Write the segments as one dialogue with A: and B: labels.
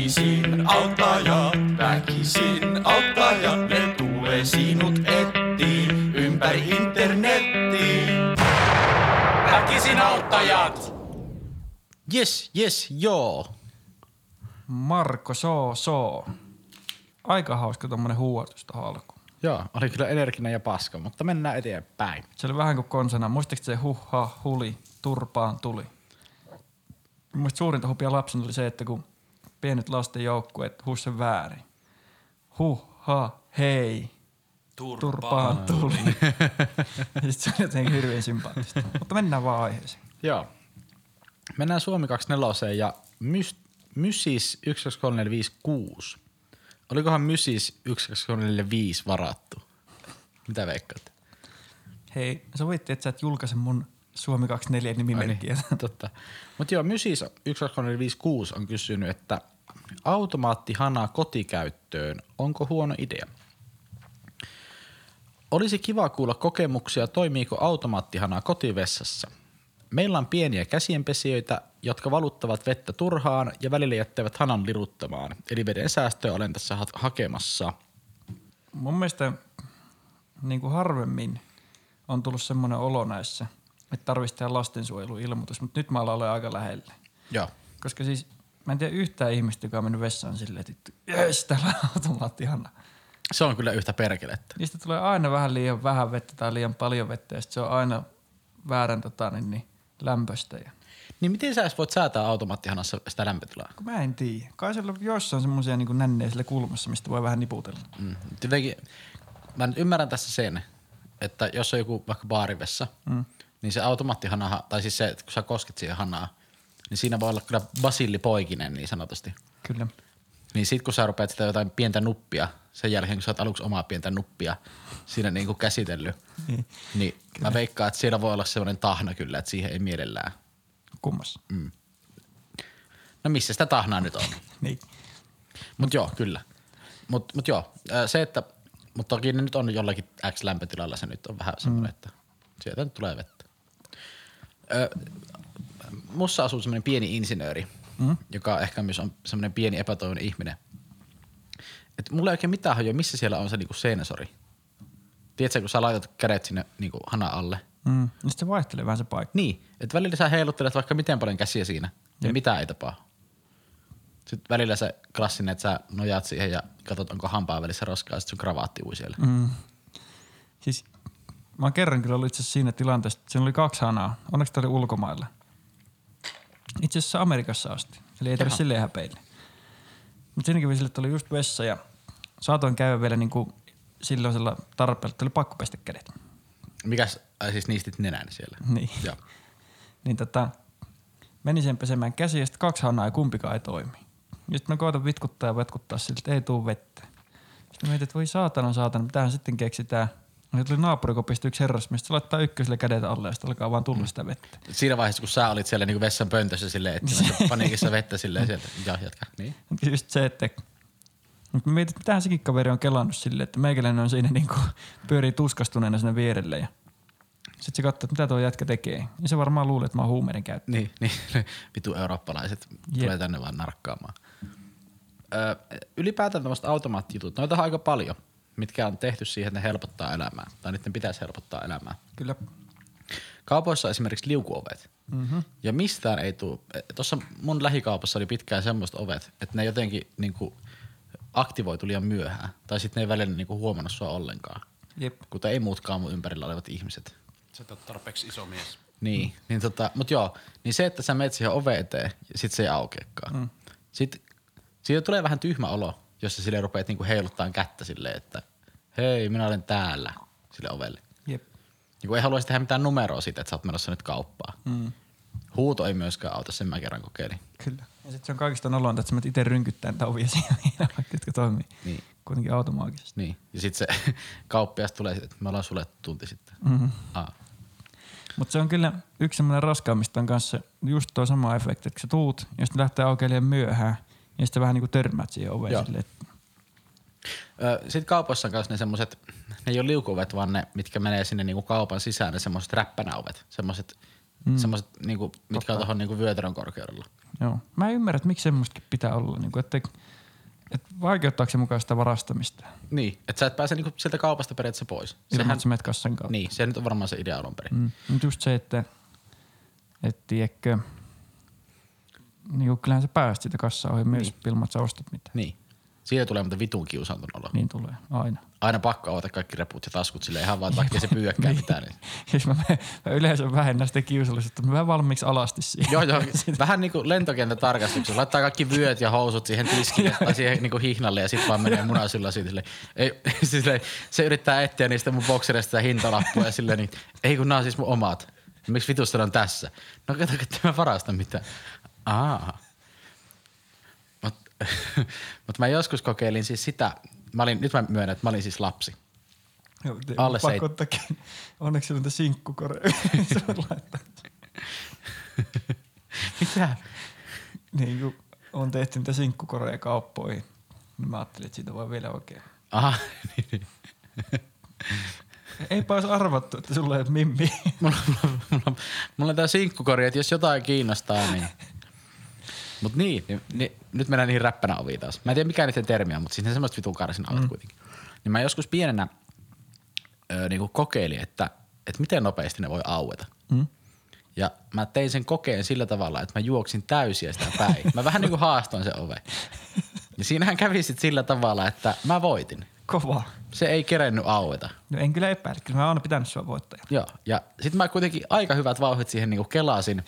A: Väkisin auttaja, väkisin auttaja, ne tulee sinut ettiin ympäri internettiin. Väkisin auttajat!
B: Yes, yes, joo.
C: Marko Soo Soo. Aika hauska tommonen huuatus tuohon alkuun.
B: Joo, oli kyllä energinen ja paska, mutta mennään eteenpäin.
C: Se oli vähän kuin konsana. Muistatko se huha, huli, turpaan tuli? Muista suurinta hupia lapsena oli se, että kun pienet lasten joukkueet huusi väärin. Huha, hei, turpaan tuli. Ja sit se oli jotenkin hirveän sympaattista. Mutta mennään vaan aiheeseen.
B: Joo. Mennään Suomi 24 ja mys, Mysis 123456. Olikohan Mysis 1235 varattu? Mitä veikkaat?
C: Hei, sovittiin, että sä et julkaise mun Suomi 24 nimimerkkiä.
B: Totta. Mutta joo, siis Mysis 123456 on kysynyt, että automaattihana kotikäyttöön, onko huono idea? Olisi kiva kuulla kokemuksia, toimiiko automaattihana kotivessassa. Meillä on pieniä käsienpesijöitä, jotka valuttavat vettä turhaan ja välillä jättävät hanan liruttamaan. Eli veden säästöä olen tässä ha- hakemassa.
C: Mun mielestä niin kuin harvemmin on tullut semmoinen olo näissä, että tarvitsisi tehdä lastensuojeluilmoitus, mutta nyt mä alan olla aika lähellä.
B: Joo.
C: Koska siis mä en tiedä yhtään ihmistä, joka on mennyt vessaan silleen, että jes, täällä on automaattihana.
B: Se on kyllä yhtä perkelettä.
C: Niistä tulee aina vähän liian vähän vettä tai liian paljon vettä ja sit se on aina väärän tota, niin, niin, lämpöstä. Ja.
B: Niin miten sä edes voit säätää automaattihanassa sitä lämpötilaa?
C: Kun mä en tiedä. Kai siellä on jossain semmoisia niin nänneisellä kulmassa, mistä voi vähän niputella.
B: Mm. Jotenkin, mä nyt ymmärrän tässä sen, että jos on joku vaikka baarivessa, mm. niin se automaattihana, tai siis se, että kun sä kosket siihen hanaa, niin siinä voi olla kyllä basillipoikinen niin sanotusti.
C: Kyllä.
B: Niin sit kun sä rupeat sitä jotain pientä nuppia, sen jälkeen kun sä oot aluksi omaa pientä nuppia siinä niinku käsitellyt, niin, niin mä veikkaan, että siellä voi olla sellainen tahna kyllä, että siihen ei mielellään.
C: Kummassa.
B: No missä sitä tahnaa nyt on?
C: Niin.
B: Mut joo, kyllä. Mut, mut joo, ää, se että, mut toki ne nyt on jollakin X lämpötilalla se nyt on vähän semmoinen, että sieltä nyt tulee vettä. Ö, mussa asuu semmoinen pieni insinööri, mm. joka ehkä myös on semmoinen pieni epätoivoinen ihminen. Et mulla ei oikein mitään hajoa, missä siellä on se niinku seinäsori. Tiedätkö, kun sä laitat kädet sinne niinku hana alle.
C: Mm. Ja sit se vaihtelee vähän se paikka.
B: Niin, että välillä sä heiluttelet vaikka miten paljon käsiä siinä ja Jep. mitään ei tapaa. Sitten välillä se klassinen, että sä nojaat siihen ja katsot, onko hampaan välissä roskaa, ja sit sun kravaatti ui siellä. Mm.
C: Siis mä oon kerran kyllä ollut itse asiassa siinä tilanteessa, että siinä oli kaksi hanaa. Onneksi tämä oli ulkomailla. Itse asiassa Amerikassa asti. Eli ei tarvitse silleen häpeillä. Mutta siinäkin vielä sille, että oli just vessa ja saatoin käydä vielä niinku silloisella tarpeella, että oli pakko pestä kädet.
B: Mikäs, ai siis niistit nenän siellä.
C: Niin.
B: Joo.
C: niin tota, menin sen pesemään käsiä ja sitten kaksi hanaa ja kumpikaan ei toimi. Ja sitten mä koitan vitkuttaa ja vetkuttaa siltä, että ei tuu vettä. Sitten mä mietin, että voi saatana, saatana, mitähän sitten keksitään. Ja tuli naapurikopista yksi herrasmies, se laittaa ykkösellä kädet alle ja sitten alkaa vaan tulla sitä vettä.
B: Siinä vaiheessa, kun sä olit siellä niinku vessan pöntössä silleen, että paniikissa vettä silleen sieltä. Joo, jatka. Niin.
C: Mutta just se, että mutta mä mietin, että mitähän sekin kaveri on kelannut silleen, että meikäläinen on siinä niinku pyörii tuskastuneena sinne vierelle ja sitten se katsoo, että mitä tuo jätkä tekee. Ja se varmaan luulee, että mä oon huumeiden käyttäjä.
B: Niin, niin. Vitu eurooppalaiset Jep. tulee tänne vaan narkkaamaan. Ö, ylipäätään tämmöiset automaattijutut, noita on aika paljon, mitkä on tehty siihen, että ne helpottaa elämää. Tai niiden pitäisi helpottaa elämää.
C: Kyllä.
B: Kaupoissa on esimerkiksi liukuovet. Mm-hmm. Ja mistään ei tuu. Tuossa mun lähikaupassa oli pitkään semmoiset ovet, että ne jotenkin niinku aktivoitu liian myöhään. Tai sitten ne ei välillä niinku huomannut sua ollenkaan.
C: Jep.
B: Kuten ei muutkaan mun ympärillä olevat ihmiset.
D: Sä et ole tarpeeksi iso mies.
B: Niin, niin tota, mut joo, niin se, että sä menet siihen ove eteen ja sit se ei aukeakaan. Mm. Sit, siitä tulee vähän tyhmä olo, jos sä sille rupeat niinku heiluttaa kättä silleen, että hei, minä olen täällä sille ovelle.
C: Jep.
B: Niinku ei haluaisi tehdä mitään numeroa siitä, että sä oot menossa nyt kauppaan. Mm. Huuto ei myöskään auta, sen mä kerran kokeilin.
C: Kyllä. Ja sitten se on kaikista nolonta, että sä menet itse rynkyttämään tätä ovia siinä, jotka toimii.
B: Niin.
C: Kuitenkin automaagisesti.
B: Niin. Ja sit se kauppias tulee, että me ollaan sulle tunti sitten. Mm-hmm. Aa,
C: Mutta se on kyllä yksi semmoinen raskaammista on kanssa just tuo sama efekti, että kun sä tuut ja sitten lähtee aukeilemaan myöhään ja sitten vähän niin kuin törmäät siihen
B: Joo.
C: oveen silleen, että
B: Sitten kaupoissa on myös ne semmoset, ne ei ole liukuvet, vaan ne, mitkä menee sinne niinku kaupan sisään, ne semmoset räppänäovet. Semmoset, Mm. Semmoiset, niinku, mitkä on tuohon niinku vyötärön korkeudella.
C: Joo. Mä en ymmärrä, että miksi semmoistakin pitää olla. Niin kuin, että, että vaikeuttaako se mukaan sitä varastamista?
B: Niin, että sä et pääse niinku sieltä kaupasta periaatteessa pois.
C: Ilman, että sä menet kassan kautta.
B: Niin, se nyt on varmaan se idea alun perin.
C: Mm. Mutta just se, että et tiedätkö, niin kuin kyllähän sä pääset sitä kassaa ohi myös ilman, että sä ostat mitään.
B: Niin. Siitä tulee muuten vitun kiusaantunut olo.
C: Niin tulee, aina.
B: Aina pakko avata kaikki reput ja taskut sille ihan vaan, vaikka ei se pyydäkään mitään. Niin.
C: Siis mä, mä yleensä vähennän sitä kiusallisuutta, mä vähän valmiiksi alasti siihen.
B: Joo, joo. Vähän niin kuin lentokentän tarkastuksessa. Laittaa kaikki vyöt ja housut siihen tiskille tai siihen niin kuin hihnalle ja sitten vaan menee munasyllä siitä. Silleen, ei, silleen, se yrittää etsiä niistä mun bokserista ja hintalappua ja silleen, niin, ei kun nämä on siis mun omat. Miksi vitusta ne on tässä? No kato, että mä varasta mitään. Aa. Mutta mut mä joskus kokeilin siis sitä, mä olin, nyt mä myönnän, että mä olin siis lapsi.
C: Joo, te-
B: Alle
C: pakko
B: seit-
C: ottaa kiinni. Onneksi sinulla on niitä sinkkukoreja. Se on laittaa.
B: Mitä?
C: niin kuin on tehty niitä sinkkukoreja kauppoihin. Niin mä ajattelin, että siitä voi vielä oikein.
B: Aha, niin, niin.
C: Eipä olisi arvattu, että sulla ei ole mimmi.
B: Mulla, mulla, mulla, mulla on tää sinkkukori, että jos jotain kiinnostaa, niin... Mut niin, niin, niin nyt mennään niihin räppänä oviin taas. Mä en tiedä mikä niiden termi on, mutta siis ne semmoiset vitun karsin mm. kuitenkin. Niin mä joskus pienenä ö, niinku kokeilin, että, että miten nopeasti ne voi aueta. Mm. Ja mä tein sen kokeen sillä tavalla, että mä juoksin täysiä sitä päin. Mä vähän niinku haastoin sen oven. Ja siinähän kävi sit sillä tavalla, että mä voitin.
C: Kova.
B: Se ei kerennyt aueta.
C: No en kyllä epäile, kyllä mä oon aina pitänyt sua voittajana.
B: Joo, ja sit mä kuitenkin aika hyvät vauhdit siihen niinku kelasin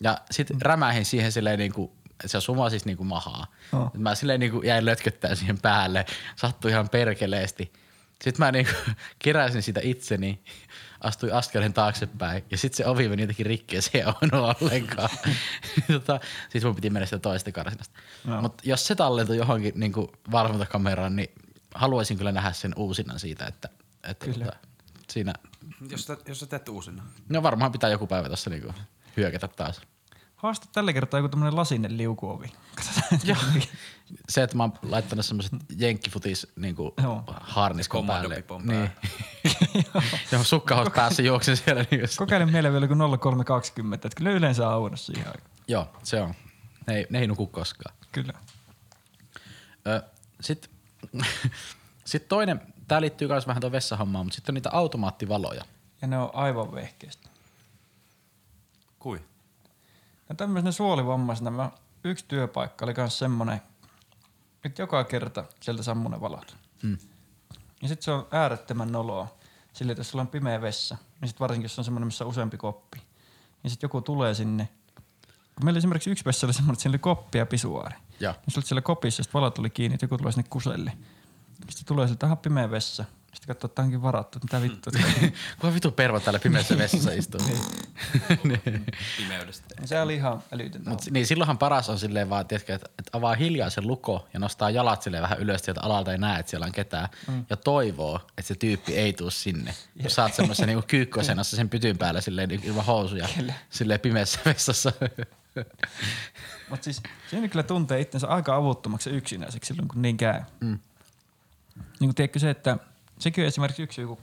B: ja sit rämähin siihen silleen niinku, että se suma siis niinku mahaa.
C: Joo.
B: Oh. Mä silleen niinku jäin lötköttää siihen päälle, sattui ihan perkeleesti. Sitten mä niinku keräsin sitä itseni, astui askeleen taaksepäin ja sitten se ovi meni jotenkin rikki ja se ei ollut ollenkaan. tota, siis mun piti mennä sitä toista karsinasta. No. Mutta jos se tallentui johonkin niinku valvontakameraan, niin haluaisin kyllä nähdä sen uusinnan siitä, että, että tota, siinä
D: Jos, sä- jos sä teet uusinnan.
B: No varmaan pitää joku päivä tässä niinku hyökätä taas.
C: Haasta tällä kertaa joku tämmönen lasinen liukuovi. Katsotaan.
B: Joo. Se, että mä oon laittanut semmoset jenkkifutis niinku
C: Joo.
B: harniskon
D: Kommando
B: päälle.
D: pipon
B: Niin. Joo, sukkahousut päässä juoksen siellä. Niin just.
C: Kokeile mieleen vielä joku 0320, että kyllä yleensä auna siihen aikaan.
B: Joo, se on. Ne ei, ne ei nuku koskaan.
C: Kyllä.
B: Ö, Sitten sit toinen, tää liittyy myös vähän tuon vessahommaan, mutta sitten on niitä automaattivaloja.
C: Ja ne on aivan vehkeistä.
D: Kui?
C: Ja tämmöisenä suolivammaisena mä, yksi työpaikka oli myös semmonen, että joka kerta sieltä sammunen valot. Hmm. Ja sit se on äärettömän noloa. Sillä, että jos sulla on pimeä vessa, niin sit varsinkin jos on semmoinen, missä on useampi koppi, niin sit joku tulee sinne. Kun meillä esimerkiksi yksi vessa oli semmoinen, että siellä oli koppi ja pisuaari.
B: Joo.
C: Niin sä olit siellä kopissa, sitten valot oli kiinni, että joku tulee sinne kuselle. Sitten tulee sieltä, aha, pimeä vessa. Sitten katsoo, että tää onkin varattu, että mitä vittu.
B: Kuinka vitu pervo täällä pimeässä vessassa istuu.
D: Pimeydestä.
C: se Niin oli ihan älytöntä.
B: Mut, niin silloinhan paras on silleen vaan, tiedätkö, että, että avaa hiljaa sen luko ja nostaa jalat silleen vähän ylös sieltä alalta ja näe, että siellä on ketään. Mm. Ja toivoo, että se tyyppi ei tuu sinne. Kun sä oot semmoisessa niinku kyykkösenossa sen pytyn päällä silleen niinku ilman housuja.
C: Kyllä.
B: Silleen pimeässä vessassa.
C: Mutta siis siinä kyllä tuntee itsensä aika avuttomaksi ja yksinäiseksi silloin, kun niin käy. Mm. Niin kuin tiedätkö se, että sekin on esimerkiksi yksi joku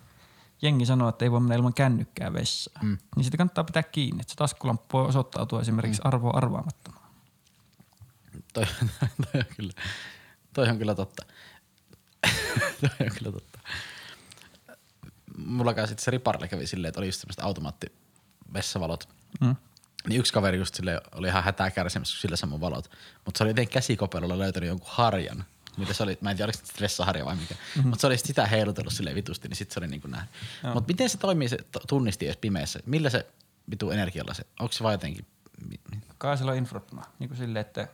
C: jengi sanoo, että ei voi mennä ilman kännykkää vessaan. Mm. Niin sitä kannattaa pitää kiinni, että se taskulamppu voi osoittautua
B: Mm.
C: esimerkiksi arvoa arvaamattomaan.
B: toi, toi, on kyllä, toi on kyllä totta. toi on kyllä totta. Mulla kai sitten se riparilla kävi silleen, että oli just semmoiset automaattivessavalot. Mm. Niin yksi kaveri just sille oli ihan hätää kärsimässä, kun sillä sammui valot. Mutta se oli jotenkin käsikopelolla löytänyt jonkun harjan. Mitä se oli, mä en tiedä, oliko se stressaharja vai mikä. Mm-hmm. Mutta se oli sitä heilutellut silleen vitusti, niin sitten se oli niin kuin näin. Mutta miten se toimii se to- tunnisti, jos pimeässä? Millä se vitu energialla se? Onko se vaan jotenkin? mi- mi-
C: Kai sillä on infrapuna, niin kuin silleen, että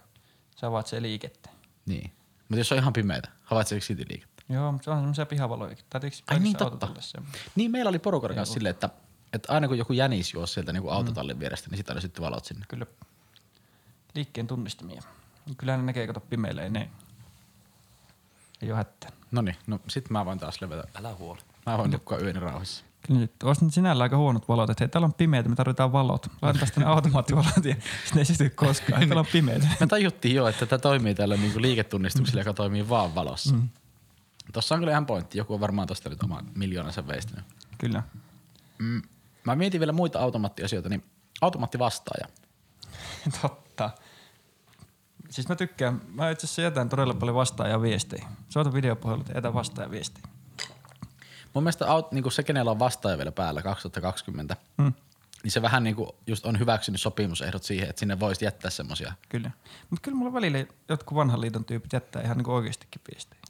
C: sä avaat se liikettä.
B: Niin. Mutta jos on ihan pimeätä, havaitseeko silti liikettä?
C: Joo, mutta se on semmoisia pihavalojakin. Tai tiiäks,
B: Ai niin,
C: kaikissa
B: totta.
C: autotalleissa on-
B: Niin meillä oli porukan kanssa silleen, että, että aina kun joku jänis juosi sieltä niin autotallin vierestä, niin sitä oli sitten valot sinne.
C: Kyllä liikkeen tunnistamia. Niin Kyllähän ne näkee, kato pimeillä, ei ne. Ei ole hätää.
B: No niin, no sit mä voin taas levätä.
D: Älä huoli.
B: Mä voin nukkua yöni rauhassa.
C: Kyllä nyt olisi nyt sinällään aika huonot valot, että hei, täällä on pimeitä, me tarvitaan valot. Laitetaan sitten ne automaattivalot ja sitten ei syty koskaan. Hei, täällä on pimeitä.
B: Me tajuttiin jo, että tämä toimii tällä niin liiketunnistuksella, joka toimii vaan valossa. Mm. Tossa on kyllä ihan pointti. Joku on varmaan tosta nyt oman miljoonansa veistänyt.
C: Kyllä.
B: Mä mietin vielä muita automaattiasioita, niin Automaatti vastaaja.
C: Totta. Siis mä tykkään, mä itse asiassa jätän todella paljon vastaajan viestejä. Soita videopuhelta ja jätä vastaajan viestejä.
B: Mun mielestä aut, niin se, kenellä on vastaaja vielä päällä 2020, mm. niin se vähän niin kuin just on hyväksynyt sopimusehdot siihen, että sinne voisi jättää semmosia.
C: Kyllä. Mutta kyllä mulla välillä jotkut vanhan liiton tyypit jättää ihan niinku oikeastikin viestejä.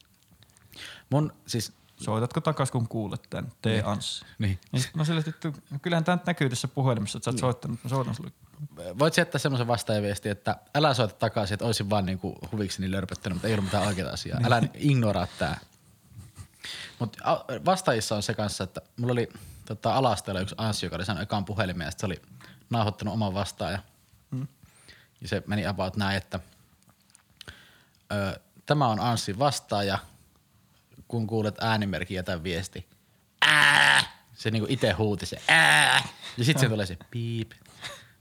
B: Mun siis,
C: Soitatko takas, kun kuulet tän? Tee Anssi.
B: niin,
C: Niin sit mä sille, että kyllähän tämä nyt näkyy tässä puhelimessa, että sä oot soittanut. Mä soitan sulle.
B: voit jättää semmoisen vastaajaviestin, että älä soita takaisin, että olisin vaan niin kuin huvikseni lörpöttänyt, mutta ei ollut mitään oikeaa asiaa. Älä ignoraa tää. Mutta vastaajissa on se kanssa, että mulla oli tota, alasteella yksi Anssi, joka oli saanut ekaan puhelimeen ja sit se oli nauhoittanut oman vastaajan. Ja se meni about näin, että ö, tämä on Anssin vastaaja, kun kuulet äänimerkin jätä viesti. Ää! Se niinku itse huuti se ää! Ja sitten se tulee se piip.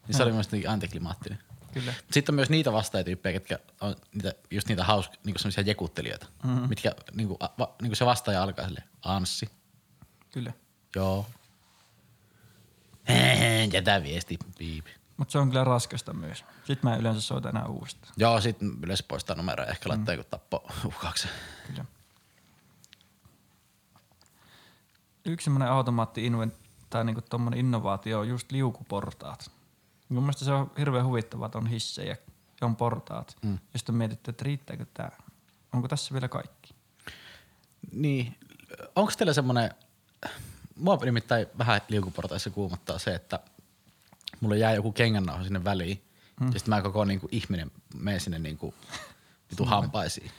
B: Niin se oli myös jotenkin antiklimaattinen.
C: Kyllä.
B: Sitten on myös niitä vastaajatyyppejä, ketkä on niitä, just niitä hausk, niinku semmoisia jekuttelijoita, mm-hmm. mitkä niinku, a- va, niinku se vastaaja alkaa silleen, Anssi,
C: Kyllä.
B: joo. Jätä viesti, piip.
C: Mutta se on kyllä raskasta myös. Sitten mä en yleensä soita enää uudestaan.
B: Joo, sit yleensä poistaa numeroa ja ehkä laittaa mm. joku tappo uhkauksen.
C: Kyllä. Yksi semmoinen automaatti tai niinku tommonen innovaatio on just liukuportaat. Mun mielestä se on hirveän huvittavaa, että on hissejä ja on portaat. Mm. Ja sitten on mietitty, että riittääkö tämä. Onko tässä vielä kaikki?
B: Niin, onko teillä semmoinen, mua nimittäin vähän liukuportaissa kuumottaa se, että mulle jää joku kengännauha sinne väliin, hmm. ja sitten mä koko niinku ihminen menen sinne niinku vitu hampaisiin.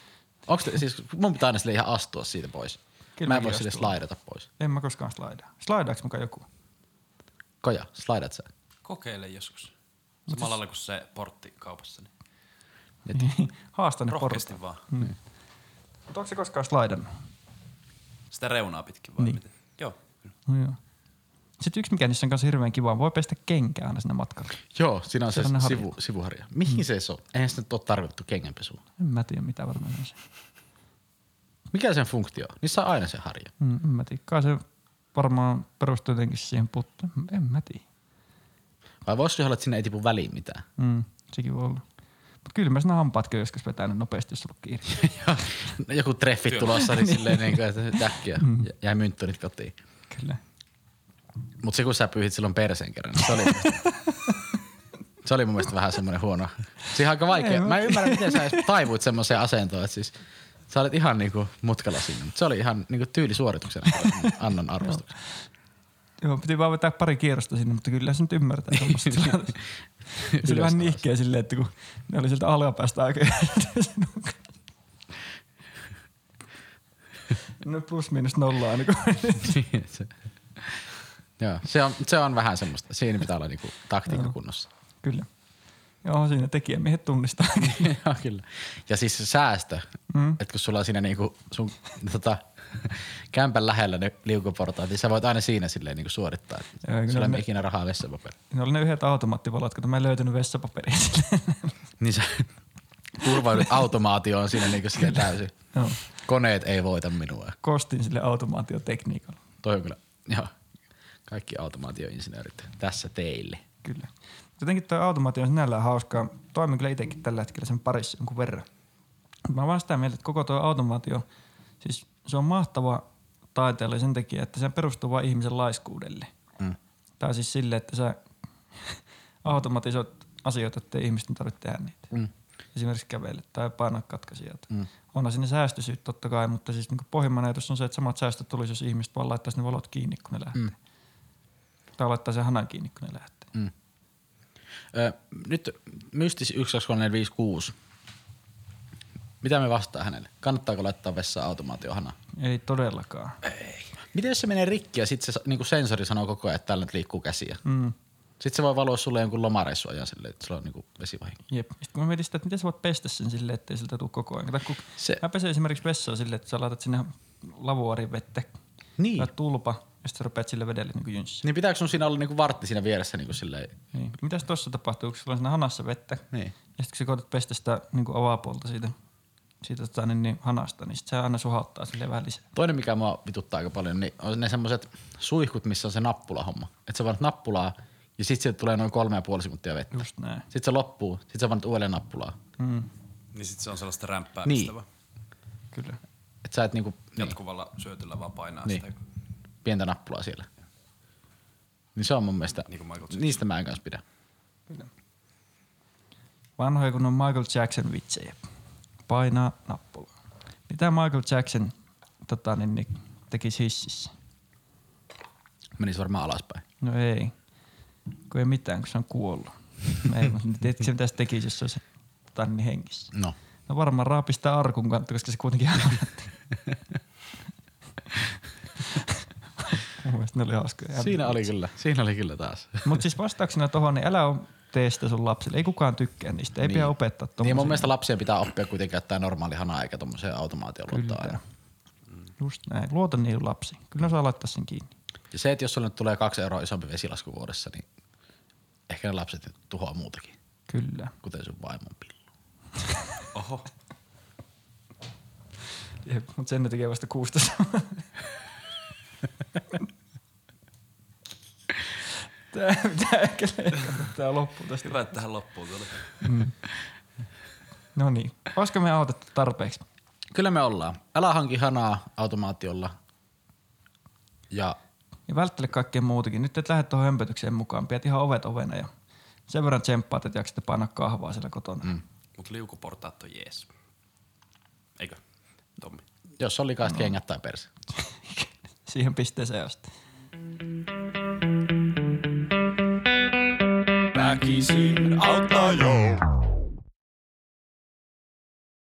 B: Onks te, siis mun pitää aina sille ihan astua siitä pois.
C: Kyllä
B: Kyllä mä en
C: mäkin
B: voi sille
C: astun.
B: slaidata pois.
C: En mä koskaan slaidaa. Slaidaaks mukaan joku?
B: Koja, slaidat sä.
D: Kokeile joskus.
B: siis-
D: Samalla lailla kuin se portti kaupassa. Niin.
C: Haastan ne portaat.
D: Rohkeasti vaan.
C: Mutta onko se koskaan slaidannut?
D: Sitä reunaa pitkin vaan. Niin. Joo. kyllä.
C: No joo. Sitten yksi, mikä niissä on kanssa hirveän kiva, voi pestä kenkää aina sinne matkalla.
B: Joo, siinä on se,
C: Sellainen harja.
B: sivu, sivuharja. Mihin hmm. se on? Eihän sitä nyt ole tarvittu kengänpesuun.
C: En mä tiedä, mitä varmaan se on. se.
B: Mikä sen funktio on? Niissä on aina se harja.
C: Mm, en mä tiedä. Kai se varmaan perustuu jotenkin siihen puttaan. En mä tiedä.
B: Vai voisiko se olla, että sinne ei tipu väliin mitään?
C: Mm, sekin voi olla. Mutta kyllä mä sinä hampaat kyllä joskus vetänyt nopeasti, jos on ollut kiire.
B: Joku treffit tulossa, niin silleen niin kuin, että äkkiä jäi mynttönit kotiin.
C: kyllä.
B: Mut se kun sä pyyhit silloin perseen kerran, niin se oli, se oli mun mielestä vähän semmoinen huono. Siihen aika vaikea. Mä en ymmärrä, miten sä edes taivuit semmoiseen asentoon, että siis sä olit ihan niinku mutkalla sinne. Mut se oli ihan niinku tyylisuorituksena, annan arvostuksen.
C: Joo, piti vaan vetää pari kierrosta sinne, mutta kyllä se nyt ymmärtää tuommoista tilanteesta. Se oli
B: Ylös
C: vähän
B: alas.
C: nihkeä silleen, että kun ne oli sieltä alapäästä aika No plus miinus nolla aina. kun-
B: Niin, Se- Joo, se on, se on vähän semmoista. Siinä pitää olla niinku taktiikka kunnossa.
C: Kyllä. Joo, siinä tekijämiehet tunnistaa.
B: Joo, kyllä. Ja siis se säästö, mm. että kun sulla on siinä niinku sun tota, kämpän lähellä ne liukuportaat, niin sä voit aina siinä silleen niinku suorittaa.
C: Joo, kyllä
B: Sulla ei
C: ne-
B: ole ikinä rahaa vessapaperi.
C: ne oli ne yhdet automaattivalot, kun mä en löytänyt vessapaperia sille.
B: Niin sä turvaudut automaatioon siinä niinku silleen täysin.
C: Joo.
B: Koneet ei voita minua.
C: Kostin sille automaatiotekniikalla.
B: Toi on kyllä, joo. Kaikki automaatioinsinöörit tässä teille.
C: Kyllä. Jotenkin tuo automaatio on sinällään hauskaa. Toimin kyllä itsekin tällä hetkellä sen parissa jonkun verran. Mut Mä vaan sitä mieltä, että koko tuo automaatio, siis se on mahtava taiteella sen takia, että se perustuu vain ihmisen laiskuudelle. Mm. Tai siis sille, että sä automatisoit asioita, ettei ihmisten tarvitse tehdä niitä. Mm. Esimerkiksi kävelle tai painaa katkaisia. Mm. Onhan sinne säästösyyt totta kai, mutta siis niin pohjimmainen ajatus on se, että samat säästöt tulisi, jos ihmiset vaan laittaisi ne valot kiinni, kun ne lähtee. Mm. Tai laittaa sen hanan kiinni, kun ne lähtee. Mm.
B: Ö, nyt mystis 123456. Mitä me vastaa hänelle? Kannattaako laittaa vessaan automaatiohana?
C: Ei todellakaan.
B: Miten jos se menee rikki ja sitten se niin sensori sanoo koko ajan, että täällä nyt liikkuu käsiä? Mm. Sitten se voi valoa sulle jonkun lomareissu ajan silleen, että sulla on niin vesivahinko.
C: Jep. Sitten kun mä mietin sitä, että miten sä voit pestä sen silleen, ettei siltä tule koko ajan. Tai kun se...
B: Se-
C: Mä pesen esimerkiksi vessaa silleen, että sä laitat sinne lavuarin vettä
B: Niin.
C: tai tulpa, ja sitten sä rupeat sille vedelle niin jynssiä.
B: Niin pitääkö sun siinä olla niin vartti siinä vieressä niin silleen?
C: Niin. Mitäs tuossa tapahtuu, kun sulla on siinä hanassa vettä,
B: Niin.
C: ja sitten kun sä koetat pestä sitä niin kuin avapuolta siitä, siitä tota, niin, niin, hanasta, niin sit se aina suhauttaa silleen vähän lisää.
B: Toinen, mikä mua vituttaa aika paljon, niin on ne semmoiset suihkut, missä on se nappulahomma. Että sä vaan nappulaa Ja sit sieltä tulee noin kolme ja puoli sekuntia vettä.
C: Just näin.
B: Sitten se loppuu, sit sä panet uudelleen nappulaa.
D: Niin sit se on sellaista rämppäämistä
B: Niin.
D: vaan.
C: Kyllä.
B: Et sä et niinku niin,
D: Jatkuvalla syötöllä vaan painaa
B: Niin.
D: sitä.
B: pientä nappulaa siellä. Niin se on mun mielestä,
D: Niin kuin Michael Jackson.
B: niistä mä en kanssa pidä.
C: Vanhoja kun on Michael Jackson vitsejä. Painaa nappulaa. Mitä Michael Jackson tota, niin, niin, teki hississä?
B: Menis varmaan alaspäin.
C: No ei. Kun ei mitään, kun se on kuollut. No ei, mutta tiedätkö se mitä se tekisi, jos se olisi tota, niin hengissä?
B: No.
C: No varmaan raapista arkun kantta, koska se kuitenkin ammutti. Mun mielestä ne oli hauskoja.
B: Siinä oli kyllä, siinä oli kyllä taas.
C: Mutta siis vastauksena tuohon, niin älä on tee sitä sun lapsille. Ei kukaan tykkää niistä. Ei niin. pidä opettaa
B: Niin
C: tuommoisia.
B: mun mielestä lapsia pitää oppia kuitenkin käyttää normaali hanaa eikä tommoseen automaatioon luottaa aina.
C: Kyllä. Just näin. Luota niihin lapsiin. Kyllä ne saa laittaa sen kiinni.
B: Ja se, että jos sulle nyt tulee kaksi euroa isompi vesilasku vuodessa, niin ehkä ne lapset nyt tuhoaa muutakin,
C: Kyllä.
B: kuten sun vaimon pillu.
D: Oho.
C: Mutta sen ne tekee vasta 16. Tää pitää ehkä leikata tää loppu tästä.
D: Hyvä, että tähän loppuun tuli.
C: No niin. Olisiko me autettu tarpeeksi?
B: Kyllä me ollaan. Älä hanki hanaa automaatiolla. Ja
C: Ja välttele kaikkea muutakin. Nyt et lähde tuohon hömpötykseen mukaan. Pidät ihan ovet ovena ja sen verran tsemppaat, että jaksatte painaa kahvaa siellä kotona. Mm.
D: Mut liukuportaat on jees. Eikö, Tommi?
B: jos on likaista no. kengät tai perse.
C: Siihen pisteeseen asti.
A: Väkisin auttaa jo.